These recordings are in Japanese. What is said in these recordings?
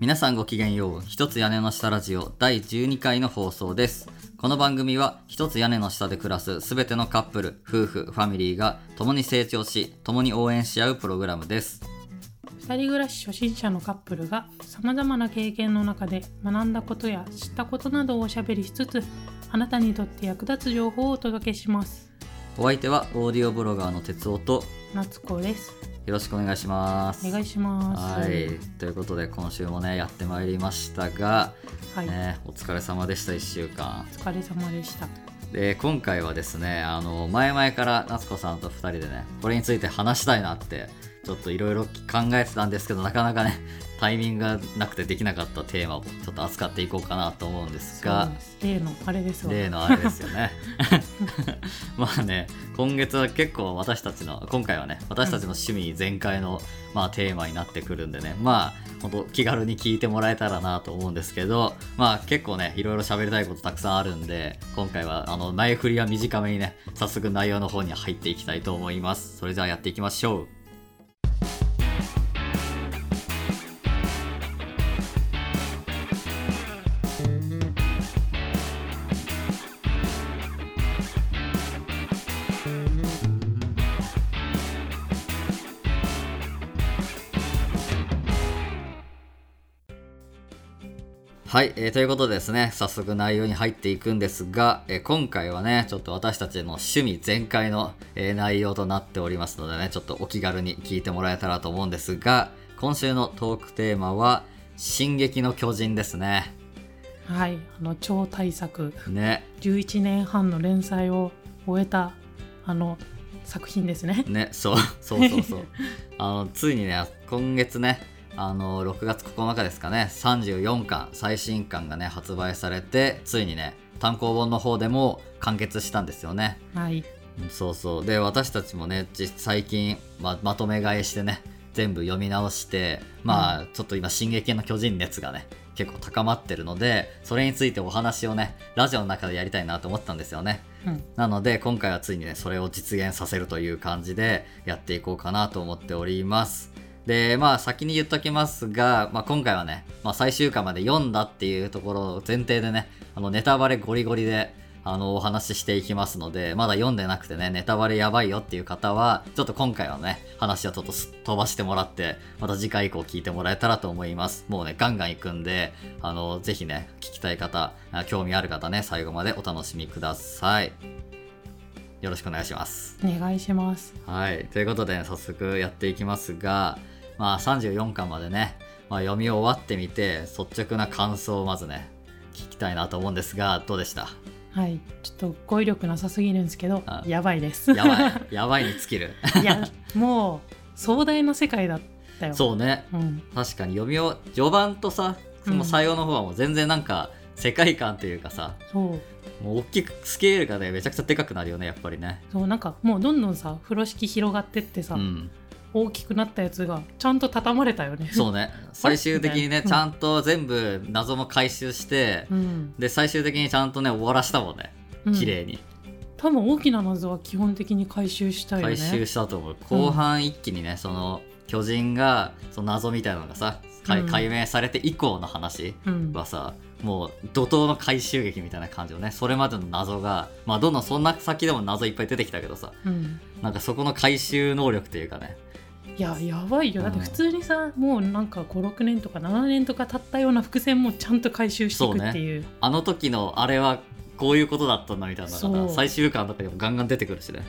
皆さんごきげんよう一つ屋根の下ラジオ第12回の放送ですこの番組は一つ屋根の下で暮らすすべてのカップル夫婦ファミリーが共に成長し共に応援し合うプログラムです二人暮らし初心者のカップルがさまざまな経験の中で学んだことや知ったことなどをおしゃべりしつつあなたにとって役立つ情報をお届けしますお相手はオーディオブロガーの哲夫と夏子ですよろしくお願いしますお願いしますはいということで今週もねやってまいりましたが、はいね、お疲れ様でした1週間お疲れ様でしたで今回はですねあの前々から夏子さんと2人でねこれについて話したいなってちょっといろいろ考えてたんですけどなかなかねタイミングがなくてできなかったテーマをちょっと扱っていこうかなと思うんですそがうです例のあれですわ例のあれですよね まあね今月は結構私たちの今回はね私たちの趣味全開の、まあ、テーマになってくるんでねまあほんと気軽に聞いてもらえたらなと思うんですけどまあ結構ねいろいろ喋りたいことたくさんあるんで今回はあの前振りは短めにね早速内容の方に入っていきたいと思いますそれではやっていきましょうはい、えーということでですね早速内容に入っていくんですが、えー今回はねちょっと私たちの趣味全開の、えー内容となっておりますのでねちょっとお気軽に聞いてもらえたらと思うんですが今週のトークテーマは「進撃の巨人」ですね。はいあの超大作ね11年半の連載を終えたあの作品ですねねそうそうそうそうあのついにね今月ねあの6月9日ですかね34巻最新巻がね発売されてついにね単行本の方でも完結したんですよね。はいそうそうで私たちもね実最近、ままとめ買いしてね全部読み直してまあ、ちょっと今「進撃の巨人」熱がね結構高まってるのでそれについてお話をねラジオの中でやりたいなと思ったんですよねうんなので今回はついにねそれを実現させるという感じでやっていこうかなと思っておりますでまあ先に言っときますが、まあ、今回はね、まあ、最終回まで読んだっていうところを前提でねあのネタバレゴリゴリであのお話ししていきますのでまだ読んでなくてねネタバレやばいよっていう方はちょっと今回はね話をちょっとすっ飛ばしてもらってまた次回以降聞いてもらえたらと思いますもうねガンガン行くんであのぜひね聞きたい方あ興味ある方ね最後までお楽しみくださいよろしくお願いしますお願いしますはい、ということで早速やっていきますが、まあ、34巻までね、まあ、読み終わってみて率直な感想をまずね聞きたいなと思うんですがどうでしたはいちょっと語彙力なさすぎるんですけどあやばいですやばいやばいに尽きるいやもう壮大な世界だったよそうねう、ん、確かに読みを序盤とさその最後の方はもう全然なんか世界観というかさそうもう大きくスケールがねめちゃくちゃでかくなるよねやっぱりねそうなんかもうどんどんさ風呂敷広がってってさ、うん大きくなったやつがちゃんと畳まれたよねそうね最終的にねうんちゃんと全部謎も回収して、うん、で最終的にちゃんとね終わらしたもんねうん、綺麗に、多分大きな謎は基本的に回収したよね回収したと思う後半一気にね、その巨人がその謎みたいなのがさ解うん解明されて以降の話うんはさ、もう怒涛の回収劇みたいな感じのねそれまでの謎がまあどんどんそんな先でも謎いっぱい出てきたけどさうん、なんかそこの回収能力というかねいややばいよだってうん普通にさ、もうなんか56年とか7年とか経ったような伏線もちゃんと回収していくっていうあの時のあれはこういうことだったんだみたいなのがそさう最終巻とかでもガンガン出てくるしね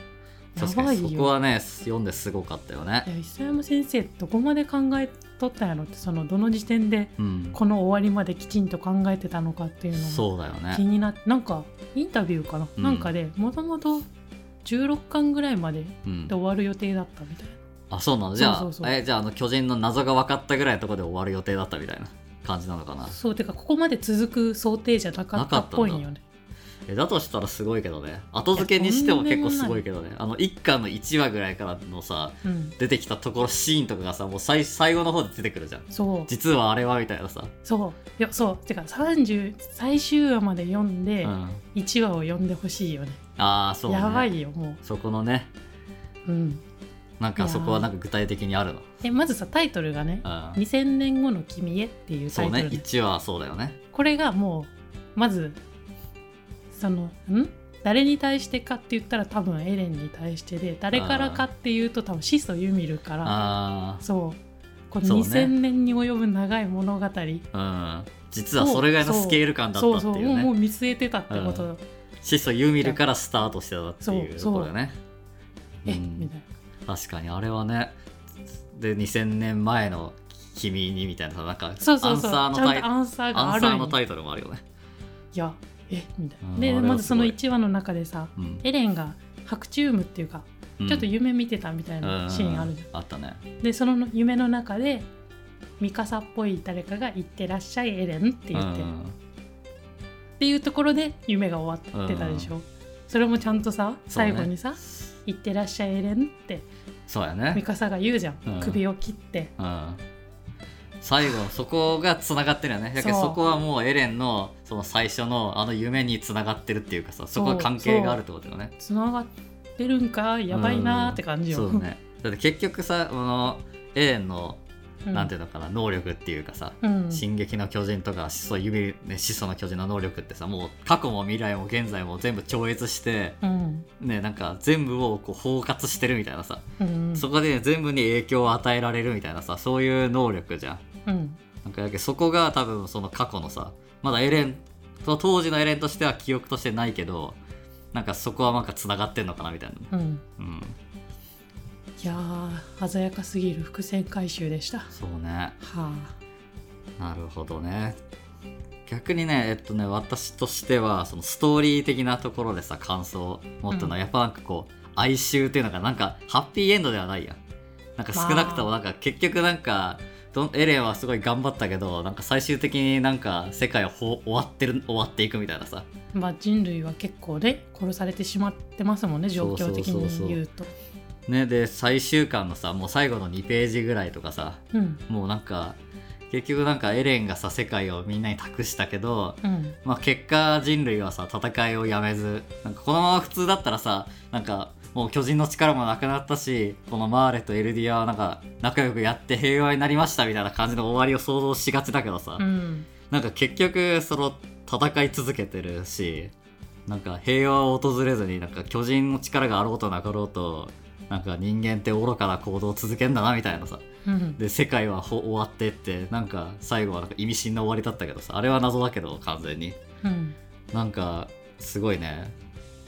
確かやばいによそこはね読んですごかったよねいや磯山先生どこまで考えとったんやろってそのどの時点でうんこの終わりまできちんと考えてたのかっていうのもそうだよね気になってなんかインタビューかな、うんなんかでもともと16巻ぐらいまでうんで終わる予定だったみたいなあそうなのじゃあそうそうそうえじゃああの巨人の謎が分かったぐらいのところで終わる予定だったみたいな感じなのかなそうてかここまで続く想定じゃなかったっぽいんよねえだとしたらすごいけどね後付けにしてもいや結構すごいけどねあの1巻の1話ぐらいからのさうん出てきたところシーンとかがさもう最最後の方で出てくるじゃんそう実はあれはみたいなさ、そういやそうてか30最終話まで読んうでん、あ1話を読んでほしいよねあーそうねやばいよもそこのねううんなんいかやーそこはなんか具体的にあるのえまずさタイトルがね「うん2000年後の君へ」っていうタそイうトルねで1話はそうだよねこれがもうまずそのん誰に対してかって言ったら多分エレンに対してで誰からかっていうと多分シソユミルからあそうこのそうね2000年に及ぶ長い物語そう,、あうん実はそれぐらいのスケール感だったそっうていうもうもうね見据えてたってこと、うんシソユミルからスタートしてたっていうそうそうことだよねえ、うんみたいな確かにあれはねで2000年前の君にみたいなさなんかアンサそうそうそうちゃーんのとタイアンサーがアあンサるーんのよタイトルもあるよね、いやえみたいな、うんあでれはまずそのすごい1話の中でさうんエレンが白チウムっていうか、ちょっとうん夢見てたみたいなシーンあるじゃんうんあったねでその夢の中でミカサっぽい誰かが「行ってらっしゃいエレン」って言って、うっんていうところで夢が終わってたでしょ、それもちゃんとさそう最ね後にさ「行ってらっしゃいエレン」ってそうやミね、カサが言うじゃん、うん首を切ってうん、最後そこがつながってるよねやけどそうそこはもうエレンのその最初のあの夢につながってるっていうかさそこそはう関係があるってことだよねつながってるんかやばいなーって感じよ、そうねだって結局さこのエレンのうんなんていうのかな能力っていうかさうん進撃の巨人とか始祖指、ね、始祖の巨人の能力ってさもう過去も未来も現在も全部超越して、うんね、なんか全部をこう包括してるみたいなさ、うんそこで、全部に影響を与えられるみたいなさそういう能力じゃん。うんなんかやけそこが多分その過去のさまだエレンと当時のエレンとしては記憶としてないけどなんかそこはなんかつながってんのかなみたいな。うんうん、いやー鮮やかすぎる伏線回収でしたはそうねあなるほどね。逆にね、えっとね、私としては、そのストーリー的なところでさ、感想を持ったのは、うんやっぱなんかこう、哀愁っていうのが、なんか、ハッピーエンドではないやん。なんか少なくとも、なんか、結局なんか、どんエレンはすごい頑張ったけど、なんか最終的になんか、世界をほ終わってる、終わっていくみたいなさ。まあ人類は結構ね殺されてしまってますもんね状況的そうそうそうそにう言うとね、で、最終巻のさ、もう最後の2ページぐらいとかさ、うんもうなんか、結局なんかエレンがさ、世界をみんなに託したけど、うんまあ、結果人類はさ戦いをやめずなんかこのまま普通だったらさなんかもう巨人の力もなくなったしこのマーレとエルディアはなんか仲良くやって平和になりましたみたいな感じの終わりを想像しがちだけどさ、うんなんか結局その戦い続けてるしなんか平和を訪れずになんか巨人の力があろうとなかろうとなんか人間って愚かな行動を続けんだなみたいなさうんで世界はほ終わってってなんか最後はなんか意味深な終わりだったけどさあれは謎だけど完全に。うんなんかすごいね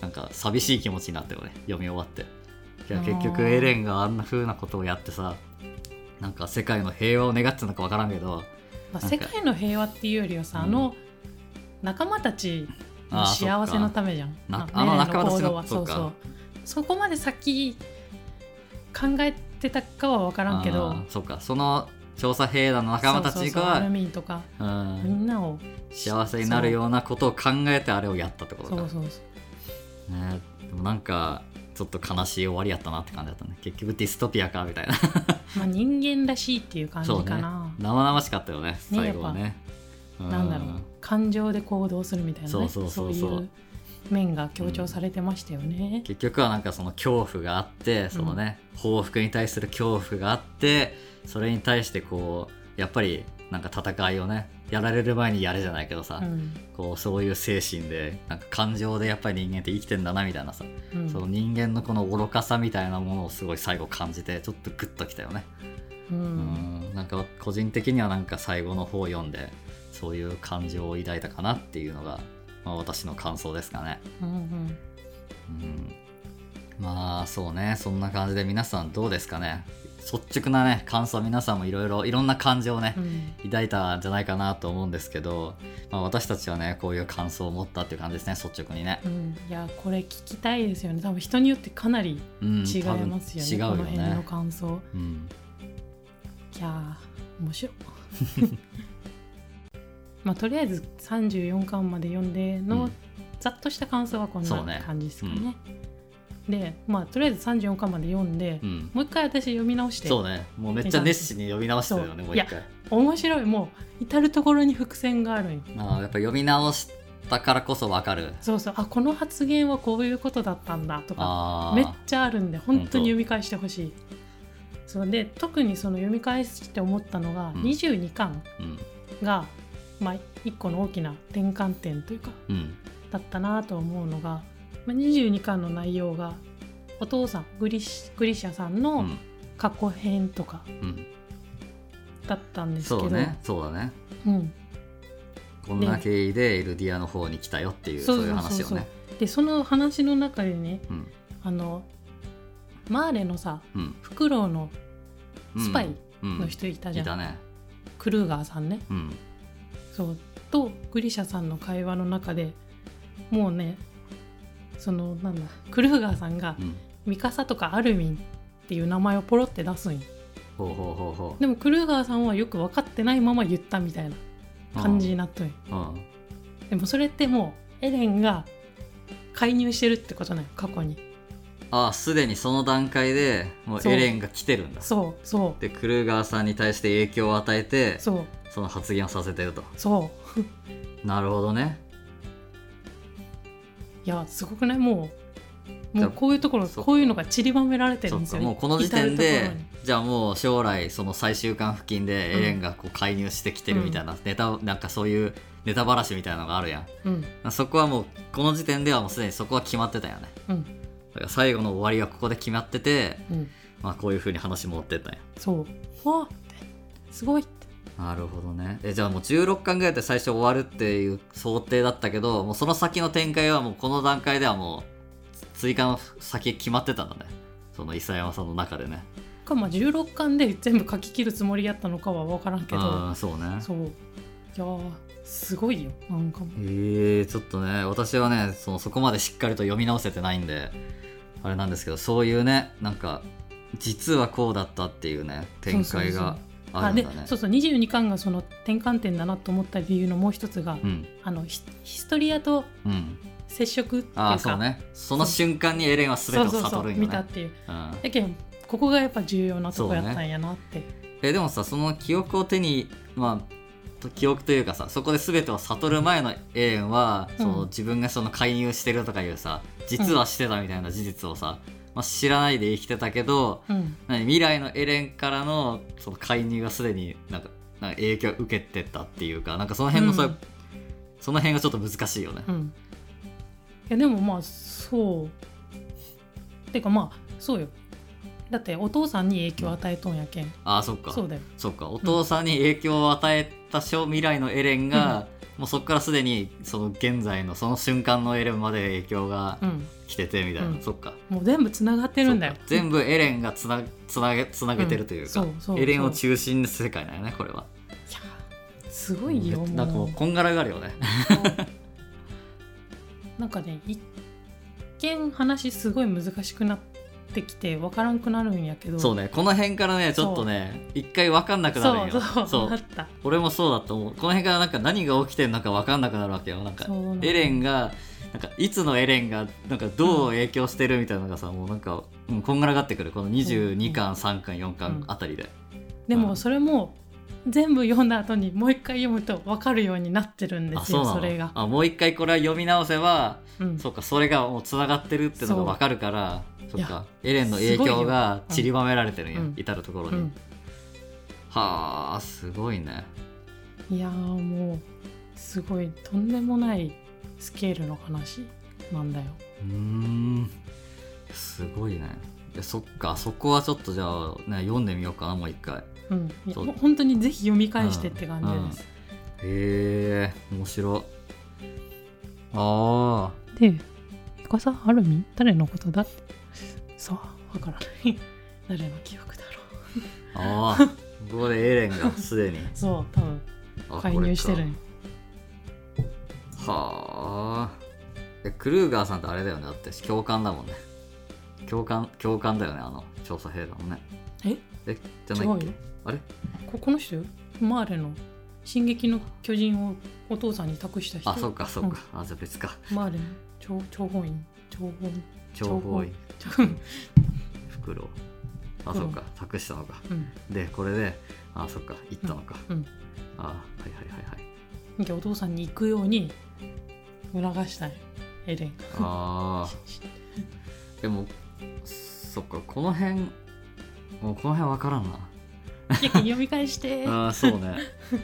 なんか寂しい気持ちになったよね読み終わっていやあー結局エレンがあんな風なことをやってさなんか世界の平和を願ってたのか分からんけどまあ、なんか世界の平和っていうよりはさ、うんあの仲間たちのあー幸せのためじゃんなああのメレン仲間たちの行動はそそううかそうそこまで先考えてたかは分からんけどあーそうかその調査兵団の仲間たそうちそうそうアルがミンとかうみんんなを幸せになるようなことを考えてあれをやったってことそかうそうそうね、でもなんかちょっと悲しい終わりやったなって感じだったね結局ディストピアかみたいなまあ人間らしいっていう感じそうねか生な、々しかったよね最後はねうなんだろう感情で行動するみたいなねそうそうそうそういう面が強調されてましたよね。結局はなんかその恐怖があってそのね、報復に対する恐怖があってそれに対してこうやっぱりなんか戦いをねやられる前にやれじゃないけどさ、うんこうそういう精神でなんか感情でやっぱり人間って生きてんだなみたいなさ、うんその人間のこの愚かさみたいなものをすごい最後感じてちょっとグッときたよね、ううんん、なんか個人的にはなんか最後の方を読んでそういう感情を抱いたかなっていうのが、まあ、私の感想ですかね。うんうんうんまあそうねそんな感じで皆さんどうですかね率直なね感想皆さんもいろいろいろんな感情をね、うん抱いたんじゃないかなと思うんですけど、まあ、私たちはねこういう感想を持ったっていう感じですね率直にね、うんいやこれ聞きたいですよね多分人によってかなりうん、違います多よね,、こ分の違う辺よのね、感想うん、いやー面白い まあとりあえず34巻まで読んでの、うんざっとした感想はこんそうねな感じですかねでまあとりあえず34巻まで読んで、うんもう一回私読み直してそうねもうめっちゃ熱心に読み直してるよねそうもう一回面白いもう至る所に伏線があるんよああやっぱ読み直したからこそわかるそうそうあこの発言はこういうことだったんだとかああめっちゃあるんで本当に読み返してほしいそうで特にその読み返して思ったのが、うん22巻うんが、まあ、一個の大きな転換点というかうんだったなと思うのが、まあ、22巻の内容がお父さんグリシグリシャさんうのん過去編とかうんだったんですけど、そうねそうだねうん、こんな経緯でエルディアの方に来たよっていうそういう話よねでその話の中でねうんあのマーレのさうんフクロウのうんスパイうんの人いたじゃいん、たねクルーガーさんねうんそうとグリシャさんの会話の中でもうねそのなんだクルーガーさんがうんミカサとかアルミンっていう名前をポロって出すんよほうほうほうほでもクルーガーさんはよく分かってないまま言ったみたいなう感じになっとんようんでもそれってもうエレンが介入してるってことなんよ過去にああすでにその段階でもうそうエレンが来てるんだそうそでクルーガーさんに対して影響を与えてうそうその発言をさせてるとそうなるほどねいやすごくないもうじもゃあうこういうところそっかこういうのが散りばめられてるそんっですかよねもうこの時点至るでとこじゃあもう将来その最終巻付近でエレンがこう介入してきてるみたいな、ネタなんかそういうネタばらしみたいなのがあるやろにんそこはもうこの時点ではもうすでにそこは決まってたよねうんうんだから最後の終わりがここで決まってて、うんまあ、こういうふうに話持ってったんやそうわあってすごいってなるほどねえじゃあもう16巻ぐらいで最初終わるっていう想定だったけどもうその先の展開はもうこの段階ではもうつ追加の先決まってたんだねその伊佐山さんの中でねかまあ16巻で全部書き切るつもりやったのかは分からんけあどあそうねそういやーすごいよなんかもえー、ちょっとね私はねそのそこまでしっかりと読み直せてないんであれなんですけどそういうねなんか実はこうだったっていうね展開があるんだねでそうそう22巻がその転換点だなと思った理由のもう一つが、うんあのヒヒストリアとうん接触っていうあかあそうねその瞬間にエレンは全そうてをそうそ悟うるんよ見たっねていううんだけどここがやっぱ重要なとこやったんやなって、えでもさその記憶を手にまあと記憶というかさそこで全てを悟る前のエレンは、うんその自分がその介入してるとかいうさ実はしてたみたいな事実をさ、まあ、知らないで生きてたけどうん何未来のエレンからのその介入がすでになんかなんか影響を受けてたっていうかなんかその辺のさ、うんその辺がちょっと難しいよね。うん、いやでもまあそうてかまあそうよだってお父さんに影響を与えとんやけん、ああそっかそうだよそっかお父さんに影響を与えた小未来のエレンが、もうそこからすでにその現在のその瞬間のエレンまで影響がうん来ててみたいな、うんそっかもう全部つながってるんだよそっか全部エレンがつなつなげつなげてるというか、うんそうそうエレンを中心に世界だよねこれはいやすごいよもうなんかもうこんがらがるよね なんかね一見話すごい難しくなってきて分からんくなるんやけどそうねこの辺からねちょっとね一回分かんなくなるんそようそうそなうった俺もそうだと思うこの辺からなんか何が起きてるのか分かんなくなるわけよなんかそうなのエレンがなんかいつのエレンがなんかどう影響してるみたいなのがさ、もうなんか、うん、こんがらがってくるこの22巻、3巻4巻あたりで、でうんもそれも全部読んだ後にもう一回読むと分かるようになってるんであすそうよなそのれが、あもう一回これは読み直せばうん、そうかそれがもうつながってるってのが分かるからそそうっかエレンの影響がすごいようん散りばめられてるんや、うん至るところうに、んはあすごいねいやーもうすごいとんでもないスケールの話なんだよ。うーんすごいねいやそっかそこはちょっとじゃあ、ね、読んでみようかなもう一回うん、いやそうほ本当にぜひ読み返してって感じです。へえ面白あで「ミカサ・ハルミ誰のことだ?」ってさあわからない 誰の記憶だろうあああここでエレンがす でにそう多分あ介入してるんこよれかはあえクルーガーさんってあれだよねだって教官だもんね教官教官だよねあの調査兵だもんねええじゃ違ないっうけよあれここの人よマーレの「進撃の巨人」をお父さんに託した人あそっかそっか、あじゃあ別かマーレの諜諜報員諜報員情報員諜報員袋あうんそっか託したのかうんでこれであそっか行ったのか、うんあはいはいはいはいなんかお父さんに行くように促したいエレンが。ああでもそっかこの辺もうこの辺分からんなや読み返して あーそう ね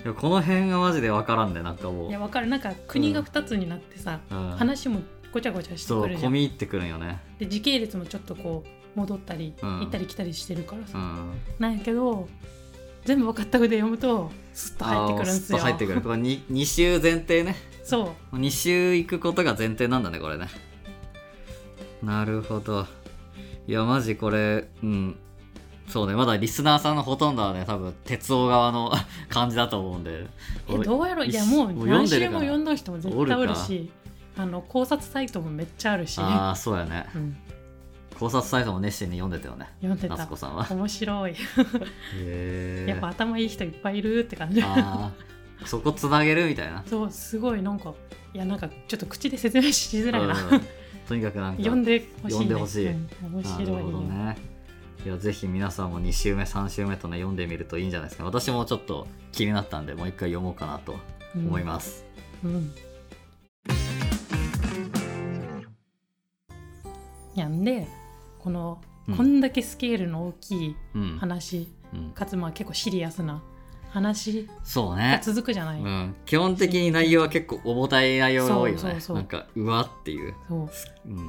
いやこの辺がマジで分からんでなんかもういやわかるなんか国が2つになってさ、うん話もごちゃごちゃしてそうくるじゃ込んみ入ってくるんよねで時系列もちょっとこう戻ったり、うん行ったり来たりしてるからうさ、んなんやけど全部分かった上で読むとスッと入ってくるんですよあースッと入ってくるこれ 2, 2週前提ねそう2週行くことが前提なんだねこれねなるほどいやマジこれうんそうねまだリスナーさんのほとんどはね多分鉄夫側の 感じだと思うんでえどうやろういや一ももうう読ん何でる週かなも読んだ人も絶対おるしあの考察サイトもめっちゃあるし、ああそうやねうん、考察サイトも熱心に読んでたよね読んで夏た子さんは面白い、へえやっぱ頭いい人いっぱいいるって感じあーそこつなげるみたいなそうすごいなんかいやなんかちょっと口で説明しづらいな、うんとにかくなんか 読んでほしい、ね、読んでほしいうん面白いなるほどよ、ねいやぜひ皆さんも2週目3週目とね読んでみるといいんじゃないですか私もちょっと気になったんでもう一回読もうかなとうん思います、うんやんでこの、うんこんだけスケールの大きいうん話うんかつまあ結構シリアスな話そうがね、続くじゃない、うん、基本的に内容は結構重たい内容が多いよねそうそうそうなんかうわっていう、そうん、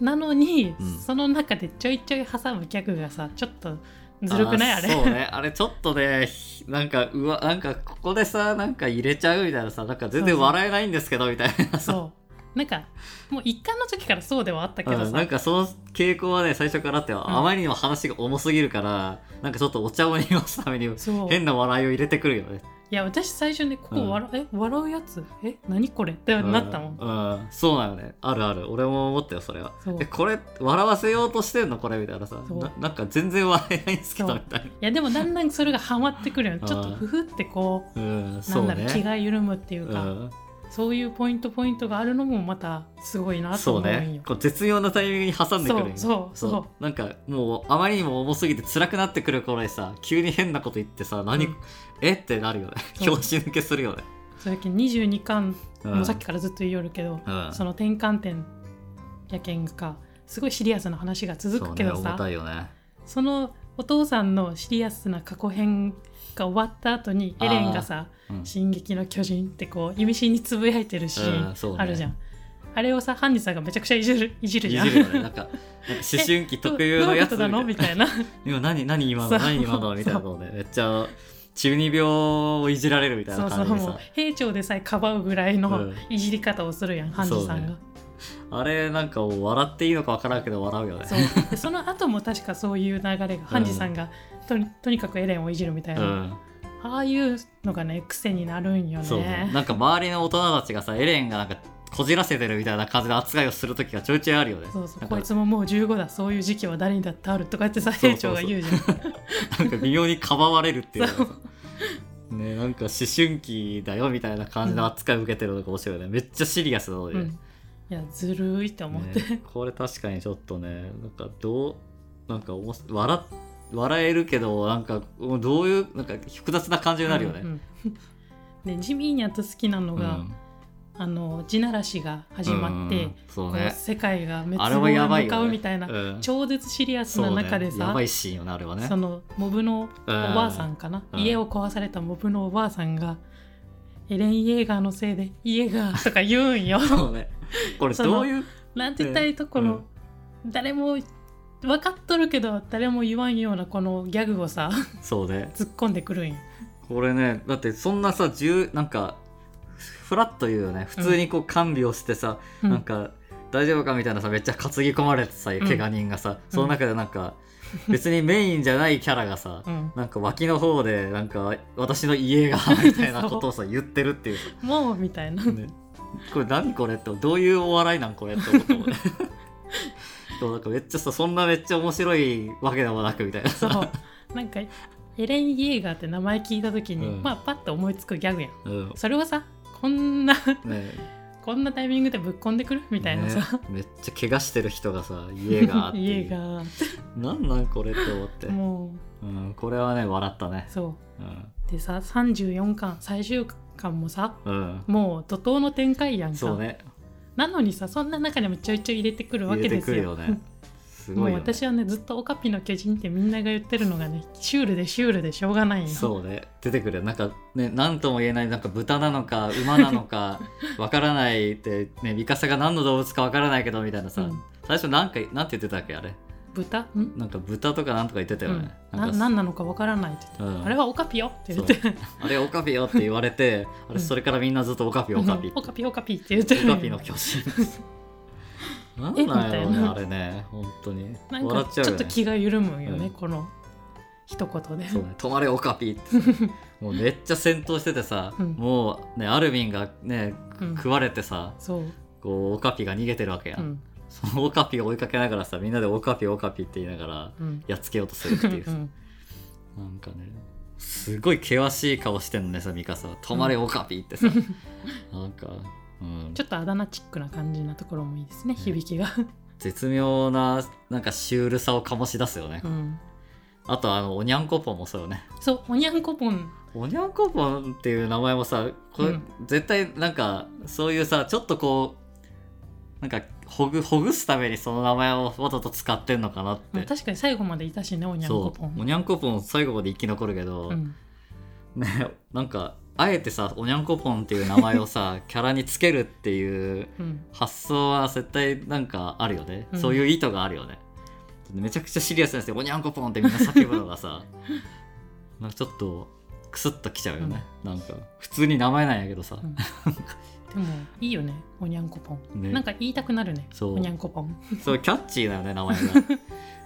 うなのに、うんその中でちょいちょい挟むギャグがさちょっとずるくないあーれそうねあれちょっとねひなんかうわなんかここでさなんか入れちゃうみたいなさなんか全そう然そう笑えないんですけどみたいなさそうなんかもう一貫の時からそうではあったけどうんさなんかその傾向はね最初からあってあまりにも話が重すぎるから、なんかちょっとお茶を濁すためにそう変な笑いを入れてくるよね。いや私最初ねこうんこ笑,、え笑うやつえ何これってなったもん、うん、うんそうなのねあるある俺も思ったよそれはそうえこれ笑わせようとしてんのこれみたいなさそうななんか全然笑えないんですけどそうみたいいやでもだんだんそれがハマってくるよねうんちょっとふふってこなうんうなそうんだろう、気ねが緩むっていううか、んそういうポイントポイントがあるのもまたすごいなとそう思うんよ、ねこう絶妙なタイミングに挟んでくるよねそうそうそうなんかもうあまりにも重すぎて辛くなってくる頃にさ急に変なこと言ってさ何、うんえってなるよねそう拍子抜けするよねそれけん22巻うんもうさっきからずっと言いよるけど、うんその転換点やけんかすごいシリアスな話が続くけどそうね、重さそ,、たいよねのお父さんのシリアスな過去編が終わった後にエレンがさうん「進撃の巨人」ってこう意味深につぶやいてるシーン、うんそうねあるじゃんあれをさハンジさんがめちゃくちゃいじるいじるいじゃんじるよね なんかなんか思春期特有のやつどういうことなのみたいな今何何今そのう何今のみたいなことねめっちゃ中二病をいじられるみたいそなうそ感うじでもうさ兵長でさえかばうぐらいうのんいじり方をするやん、ハンジさんがあれなんかもう笑っていいのかわからんけど笑うよねそう,、でその後も確かそういう流れが、ハンジさんがとにとにかくエレンをいじるみたいな、うんああいうのがね癖になるんよそうねねなんか周りの大人たちがさエレンがなんかこじらせてるみたいな感じの扱いをする時がちょいちょいあるよねそうそうなんかこいつももう15だそういう時期は誰にだってあるとか言ってさそう兵そうそう長が言うじゃんなんか微妙にかばわれるっていうのがそさねなんか思春期だよみたいな感じの扱いを受けてるのが面白いよねめっちゃシリアスなので、うん、いやずるいと思って、ね、これ確かにちょっとねなんかどうなんかおもし笑っ笑えるけどなんかどういうなんか複雑な感じになるよね。うんうんでジミーニャと好きなのうんが、あの地ならしが始まって、うんそうこうね世界が滅あれはやば亡いに向かよ、うね、みたいな、うん超絶シリアスそうねな中でやさばいシーンよねあれはねそのモブのおばあさんかな、うん家を壊されたモブのおばあさんが、エレン・イエーガーのせいでイエーガーとか言うんよそうねこれそのどういうなんて言ったらいいとこの、誰も分かっとるけど誰も言わんようなこのギャグをさ そうね突っ込んでくるんよこれねだってそんなさ十なんかフラッと言うよね普通にこう看病してさ、うんなんか大丈夫かみたいなさめっちゃ担ぎ込まれてさ怪ん我人がさ、その中でなんか、別にメインじゃないキャラがさ、うんなんか脇の方でなんか私の家がみたいなことをさ言ってるっていう さ、もうみた いなね、これ何これってどういうお笑いなんこれって思った もんねそうなんかめっちゃさそんなめっちゃ面白いわけでもなくみたいなそさうなんかエレン・イエーガーって名前聞いた時に、うんまあパッと思いつくギャグやんうんそれをさこんな ねこんなタイミングでぶっこんでくるみたいなさ、ねめっちゃ怪我してる人がさ家がってい 家うがなんなんこれって思って、もうん、これはね笑ったねうそうん、うでさ34巻最終巻もさうん、もう怒涛の展開やんかそうねなのにさそんな中でもちょいちょい入れてくるわ入けれてでくするよよねすもごういよ、ね、私はねずっと「オカピの巨人」ってみんなが言ってるのがねシュールでシュールでしょうがないよそうね出てくるなんかね何とも言えないなんか豚なのか馬なの かわからないってねミカサが何の動物かわからないけどみたいなさ、うん最初なんかなんて言ってたっけあれ豚んなんか豚とかなんとか言ってたよね、うん、ななんか何なのかわからないって言って、うんあれはオカピよって言ってあれオカピよって言われてあうんれそれからみんなずっとオカピオカピオカピオカピって言ってるオカピの巨人なん えみただよいねなあれね本当になん笑かっちちゃうょよっねと気が緩むよね、うんこの一言でそうね、止まれオカピってさもうめっちゃ戦闘しててさ、うんもうねアルミンがねくうん食われてさ、そうこうオカピが逃げてるわけやん、うんそのオカピを追いかけながらさみんなでオカピオカピって言いながらうんやっつけようとするっていううさんなんかねすごい険しい顔してんのねさミカさ「止まれオカピ」ってさ、なんか、うんち、ょっとあだ名チックな感じなところもいいですね響きが、絶妙ななんかシュールさを醸し出すよね、うん、あとあのおにゃんこぽんもそうよねそうおにゃんこぽんおにゃんこぽんっていう名前もさこれ、うん絶対なんかそういうさちょっとこうなんかほぐほぐすためにその名前をわざと使ってんのかなって、まあ確かに最後までいたしねおにゃんこぽそうおんにゃんこぽん最後まで生き残るけど、うんねなんかあえてさおにゃんこぽんっていう名前を さキャラにつけるっていううん発想は絶対なんかあるよね、うんそういう意図があるよねめちゃくちゃシリアスなんですよおにゃんこぽんってみんな叫ぶのがさなんかちょっとクスッときちゃうよね、なんか普通に名前なんやけどさ、うんでもいいよねおにゃんこぽん、ねなんか言いたくなるねそうおにゃんこぽんそうキャッチーだよね名 前が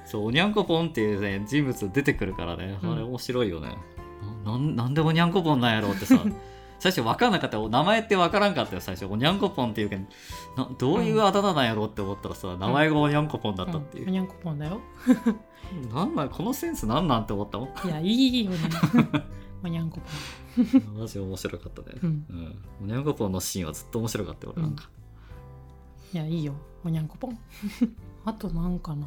そうおにゃんこぽんっていうね人物出てくるからねうんあれ面白いよね、ななんなんでおにゃんこぽんなんやろう ってさ最初分かんなかったよ名前って分からんかったよ最初おにゃんこぽんっていうけどなどういうあだ名なんやろうって思ったらさ、名前がおにゃんこぽんだったっていううんお、にゃんこぽんだよなんなんこのセンスなんなんって思ったもんいやいいよ ねおにゃんこマジ面白かったねぽん、うん、うん、おにゃんこぽんのシーンはずっと面白かったよ俺なんか、いやいいよおにゃんこぽん あとなんかな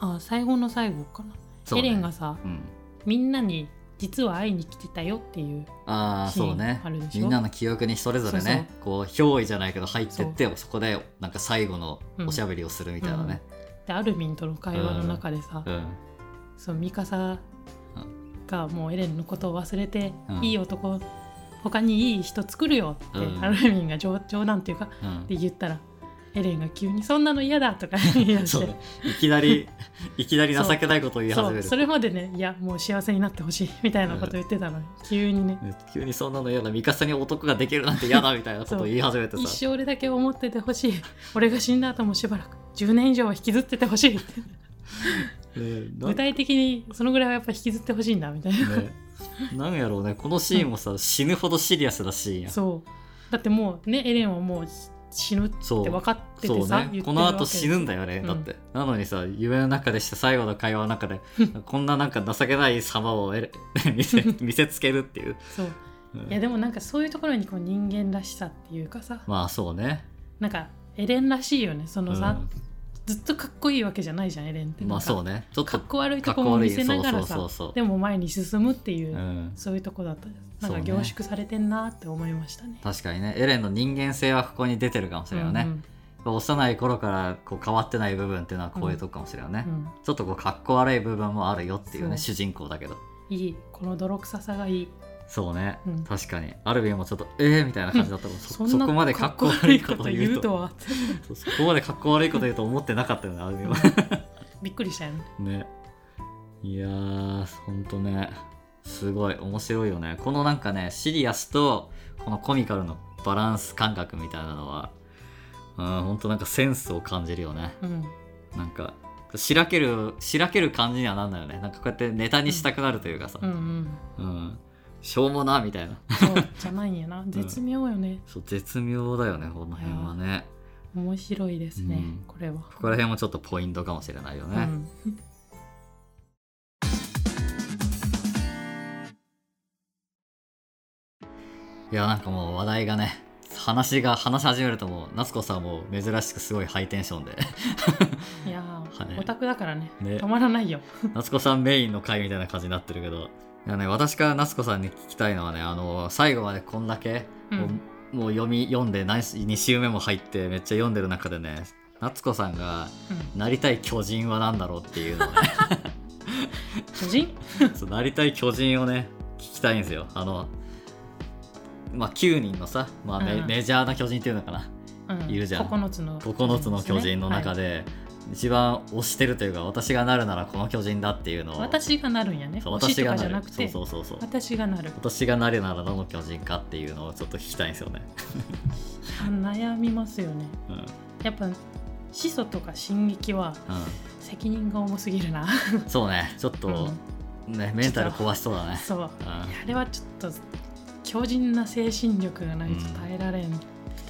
あ最後の最後かな、そうエねレンがさうんみんなに実は会いに来てたよっていうああシーンそうねあるでしょみんなの記憶にそれぞれねこう憑依じゃないけど入ってってそこでなんか最後のおしゃべりをするみたいなね、でアルミンとの会話の中でさ、うんそうミカサがもうエレンのことを忘れて、うんいい男他にいい人作るよって、うんアルミンが冗冗談っていうかうっんて言ったらエレンが急に「そんなの嫌だ」 とか言い出してそうねいきな りいきなり情けないことを言い始そめうるそれまでねいやもう幸せになってほしいみたいなこと言ってたのに、急にねね急にそんなの嫌だ味方に男ができるなんて嫌だみたいなことを言い始めて一さ生俺だけ思っててほしい俺が死んだ後もしばらく10年以上は引きずっててほし いってねな具体的にそのぐらいはやっぱ引きずってほしいんだみたいな、ねなんやろうねこのシーンもさ死ぬほどシリアスなシーンやそうだってもうねエレンはもう死ぬってそう分かってそてうさ、言ねってこるのわけ後死ぬんだよね、うんだってなのにさ夢の中でした最後の会話の中で こんななんか情けない様をえ 見せ見せつけるっていう、そううんいやでもなんかそういうところにこう人間らしさっていうかさ、まあそうねなんかエレンらしいよねそのうさ、んずっとかっこいいわけじゃないじゃんエレンってまあそうねねちょっとかっこ悪いとこも見せながらかっこさ悪いそうそうそうそうでも前に進むっていう、うんそういうとこだったですなんそうかね凝縮されてんなって思いましたね。確かにねエレンの人間性はここに出てるかもしれないよね、幼い頃からこう変わってない部分っていうのはこういうとこかもしれないよね、うんうんちょっとこうかっこ悪い部分もあるよっていうそねう主人公だけどいいこの泥臭さがいい。そうね、うん確かにアルビンもちょっとええみたいな感じだったもんそんそなこまでかっこ悪いことを言言ううととはってそうそこまでかっこ悪いこと言うと思ってなかったよね、アルミは。 びっくりしたよね。ね。いやー、ほんとね、すごい面白いよね。このなんかね、シリアスとこのコミカルのバランス感覚みたいなのは、うん、ほんとなんかセンスを感じるよね。うんなんか、しらける、しらける感じにはなんだよね。なんかこうやってネタにしたくなるというかさ、うんうん。うん、しょうもな、みたいな。そうじゃないんやな絶妙よね。そう、絶妙だよね、この辺はね。面白いですね、うんこれは。ここら辺もちょっとポイントかもしれないよね。うんいやなんかもう話題がね話が話し始めるともう夏子さんも珍しくすごいハイテンションでいやー、はいオタクだから ねね止まらないよ。夏子さんメインの回みたいな感じになってるけどいや、ね、私から夏子さんに聞きたいのはねあの最後までこんだけ、うんもうもう読み読んでないし2週目も入ってめっちゃ読んでる中でね夏子さんがうん、なりたい巨人は何だろうっていうのをね巨人そうなりたい巨人をね聞きたいんですよあのまあ9人のさ、まあメうんメジャーな巨人っていうのかなうん、いるじゃん9つの9つの巨人の中でで、一番推してるというか私がなるならこの巨人だっていうのをすね、はい私がなるんやねそう推し私とがかなじゃるなくてそうそうそうそう私がなる私がなるならどの巨人かっていうのをちょっと聞きたいんですよね、悩みますよねうんうん、やっぱ始祖とか進撃は責任が重すぎるな そうねちょっと、ねメンタル壊しそうだねそううんあれはちょっと強靭な精神力がないと耐えられん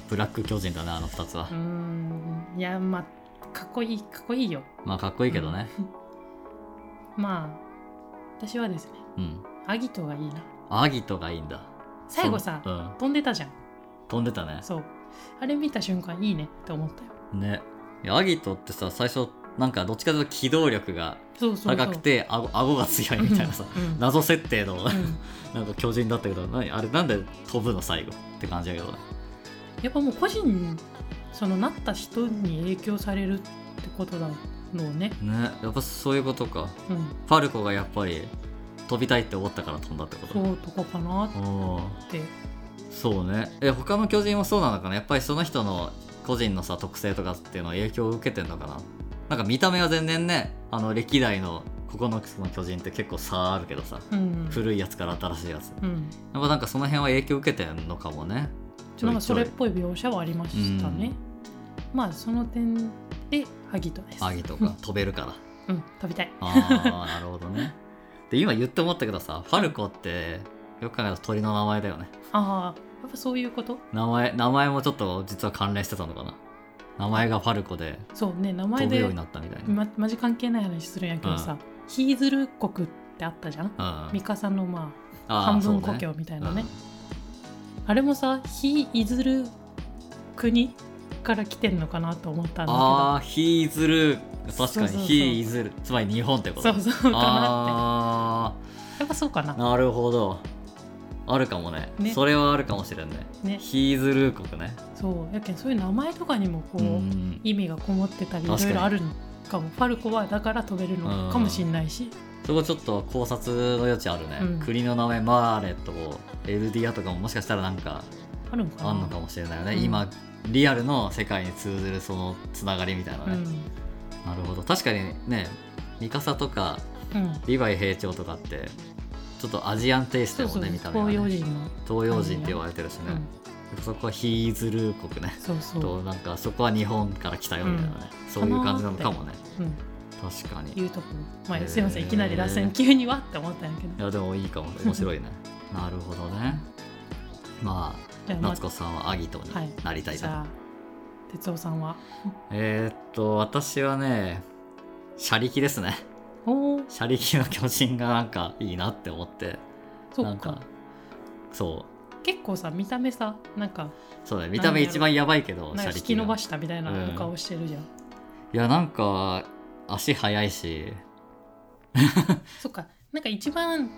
ブラック巨人だねあの2つはうー、んいやまあかっこいいかっこいいよまあかっこいいけどねまあ私はですねうん、アギトがいいなアギトがいいんだ最後さそんうん、飛んでたじゃん飛んでたねそうあれ見た瞬間いいねって思ったよねいやアギトってさ最初なんかどっちかというと機動力がそうそうそう高くてあご顎が強いみたいなさうんうん謎設定のうんなんか巨人だったけど何あれなんで飛ぶの最後って感じだけどねやっぱもう個人そのなった人に影響されるってことだろうねねやっぱそういうことかうんファルコがやっぱり飛びたいって思ったから飛んだってことそうとかかなっおーてそうねえ他の巨人もそうなのかなやっぱりその人の個人のさ特性とかっていうのは影響を受けてんのかななんか見た目は全然ねあの歴代の9つの巨人って結構差あるけどさうん古いやつから新しいやつうんやっぱなんかその辺は影響受けてんのかもねちなょんいかちそょれいっぽい描写はありましたね。まあその点でハギトです。アギとか 飛べるからうん飛びたい。ああなるほどね で今言って思ったけどさファルコってよく考えたら鳥の名前だよねああやっぱそういうこと。名前名前もちょっと実は関連してたのかな名前がファルコでそうね名飛前ぶよでうになったみたいなまマジ関係ない話するんやけどさ、ヒーズル国ってあったじゃん。うんミカさんのまああー半分そう故ね郷みたいなうね。んあれもさヒーズル国から来てんのかなと思ったんあだあひいずる確そかうそうそにうひいずるつまり日本ってこけとど。そうそうかなっあて。やっぱそうかあな。なるほどあるかもねねそれはあるかもしれんねねひいずる国ねそうやけんそういう名前とかにもこう。うん意味がこもってたりいろ確かにいろあるのかもファルコはだから飛べるのかもしれないし、そこちょっと考察の余地あるね、うん国の名前マーレットエルディアとかももしかしたらなんかあるのかなあんのかもしれないよね、うん今リアルの世界に通ずるそのつながりみたいなね、なるほど確かにねミカサとかうん、うん、リヴァイ兵長とかってちょっとアジアンテイストそやうもそんうね見た東目は、ね、洋人の、東洋人って言われてるしね、うん、そこはヒーズルー国ねそうそう、となんかそこは日本から来たよみたいなね、そういう感じなのかもねうん、確かにいうところ、まへーあ、すいませんいきなり脱線急にはって思ったんやけどいやでもいいかも面白 いねなるほどねまあじゃあ、ま夏子さんはアギトにはいなりたいじな、ゃあ哲夫さんはえー、っと私はね車力ですねおお車力の巨人がなんかいいなって思ってそなうんかかそう結構さ見た目さなんかそうね見た目一番やばいけどなん車か引力き伸がばしたみたいなうん顔してるじゃん、いやなんか足速いしそっかなんか一番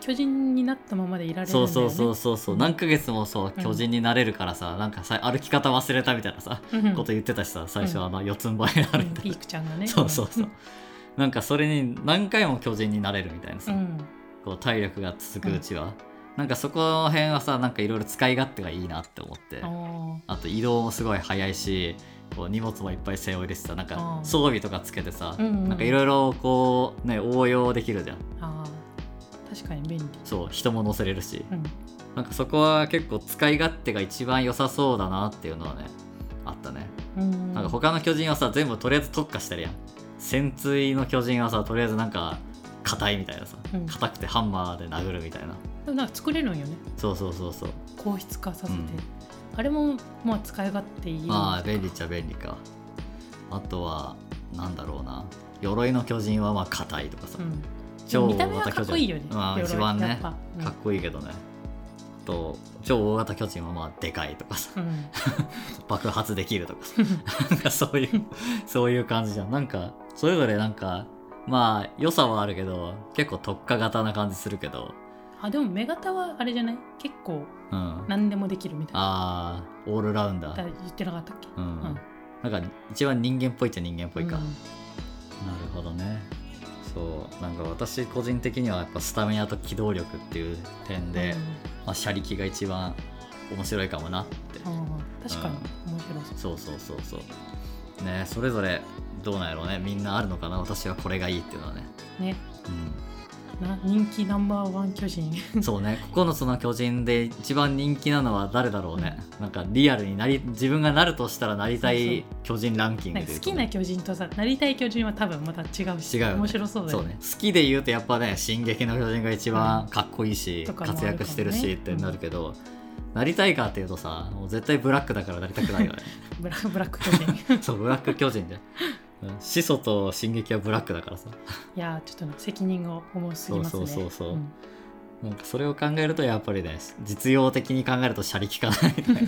巨人になったままでいられるんだそようねそうそうそうそううん何ヶ月もそう巨人になれるからさ、なんかさ歩き方忘れたみたいなさ、うんこと言ってたしさ最初はあの四つん這いになるみたいピなー、クちゃんがねそうそうそうなんかそれに何回も巨人になれるみたいなさ、うんこう体力が続くうちは、なんかそこの辺はさなんかいろいろ使い勝手がいいなって思ってあーあと移動もすごい早いしこう荷物もいっぱい背負いでさなんかあー装備とかつけてさ、うんうんなんかいろいろこうね応用できるじゃんあー確かに便利そう人も乗せれるし、うんなんかそこは結構使い勝手が一番良さそうだなっていうのはねあったねうんなんか他の巨人はさ全部とりあえず特化してるやん潜水の巨人はさとりあえずなんか硬いみたいなさうん硬くてハンマーで殴るみたいなでもなんか作れるんよねそうそうそうそう硬質化させて、うんあれもまあ使い勝手いいまあ便利っちゃ便利かあとはなんだろうな鎧の巨人はまあ硬いとかさ、うん、超見た大目は型か巨っこいいよ人ね、まあ鎧一番やねっぱうんかっこいいけどねあと超大型巨人はまあでかいとかさうん爆発できるとかさ なんかそういうそういう感じじゃんなんかそれぞれなんかまあ良さはあるけど結構特化型な感じするけどあでも目型はあれじゃない結構うんあ何でもできるみたいなあーオールラウンダだー言ってなかったっけ、うん、うんなんか一番人間っぽいっちゃ人間っぽいか、うんなるほどねそうなんか私個人的にはやっぱスタミナと機動力っていう点で、まあ、車力が一番面白いかもなってうんあー確かに面白そうそうそうそうそうねそれぞれどうなんやろうねみんなあるのかな私はこれがいいっていうのはね、ねな人気ナンバーワン巨人 うん、そうね9つの巨人で一番人気なのは誰だろうね、なんかリアルになり自分がなるとしたらなりたい巨人ランキングなんで言か好うときねな巨人とさなりたい巨人は多分また違うし違うよね面白そうだそうよね、好きで言うとやっぱね「進撃の巨人」が一番かっこいいし、とかもある活かもね躍してるしってなるけど、なりたいかっていうとさもう絶対ブラックだからなりたくないよね ブラブラック巨 人そうブラック巨人でうん始祖と進撃はブラックだからさいやーちょっとね責任が重すぎますねそうそうそうそうんなんかそれを考えるとやっぱりね実用的に考えると車力かなみ たいな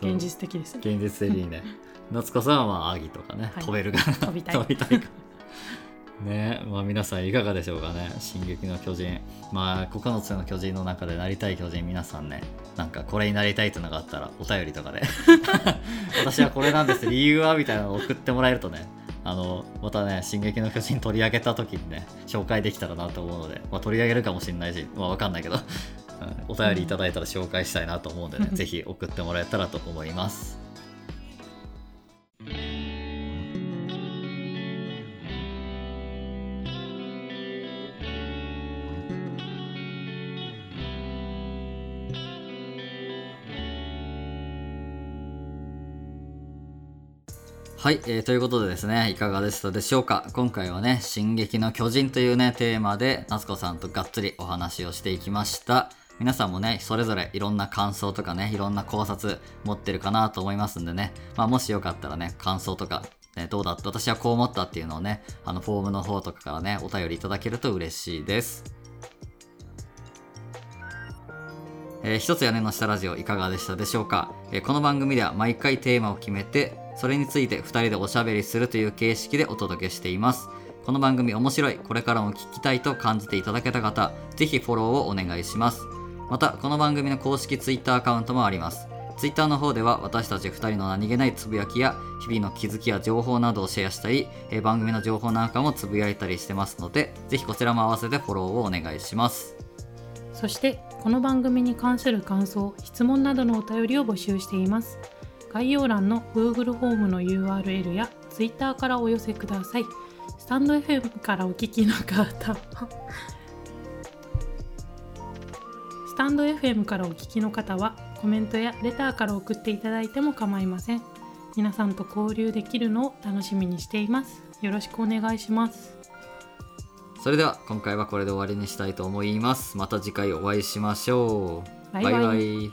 そう現実的ですね現実的にね夏子さんはまあアギとかね、はい飛べるか飛びたい飛びたいか ねまあ皆さんいかがでしょうかね「進撃の巨人」まあ9つの巨人の中でなりたい巨人皆さんねなんかこれになりたいというのがあったらお便りとかで 私はこれなんです理由はみたいなのを送ってもらえるとねあのまたね「進撃の巨人」取り上げた時にね紹介できたらなと思うので、まあ、取り上げるかもしれないしまあわかんないけど、うんお便りいただいたら紹介したいなと思うんでね、うんぜひ送ってもらえたらと思います。はい、えーということでですねいかがでしたでしょうか今回はね「進撃の巨人」というねテーマで夏子さんとがっつりお話をしていきました皆さんもねそれぞれいろんな感想とかねいろんな考察持ってるかなと思いますんでね、まあ、もしよかったらね感想とか、ね、どうだった私はこう思ったっていうのをねあのフォームの方とかからねお便りいただけると嬉しいですえー一つ屋根の下ラジオいかがでしたでしょうか、えーこの番組では毎回テーマを決めてそれについて2人でおしゃべりするという形式でお届けしていますこの番組面白いこれからも聞きたいと感じていただけた方ぜひフォローをお願いしますまたこの番組の公式 Twitter アカウントもありますツイッターの方では私たち2人の何気ないつぶやきや日々の気づきや情報などをシェアしたり、えー番組の情報なんかもつぶやいたりしてますのでぜひこちらも合わせてフォローをお願いしますそしてこの番組に関する感想質問などのお便りを募集しています概要欄の Google フォームの URL や Twitter からお寄せくださいスタンド FM からお聞きの方スタンド FM からお聞きの方はコメントやレターから送っていただいても構いません皆さんと交流できるのを楽しみにしていますよろしくお願いしますそれでは今回はこれで終わりにしたいと思います。また次回お会いしましょう。バイバイバイバイ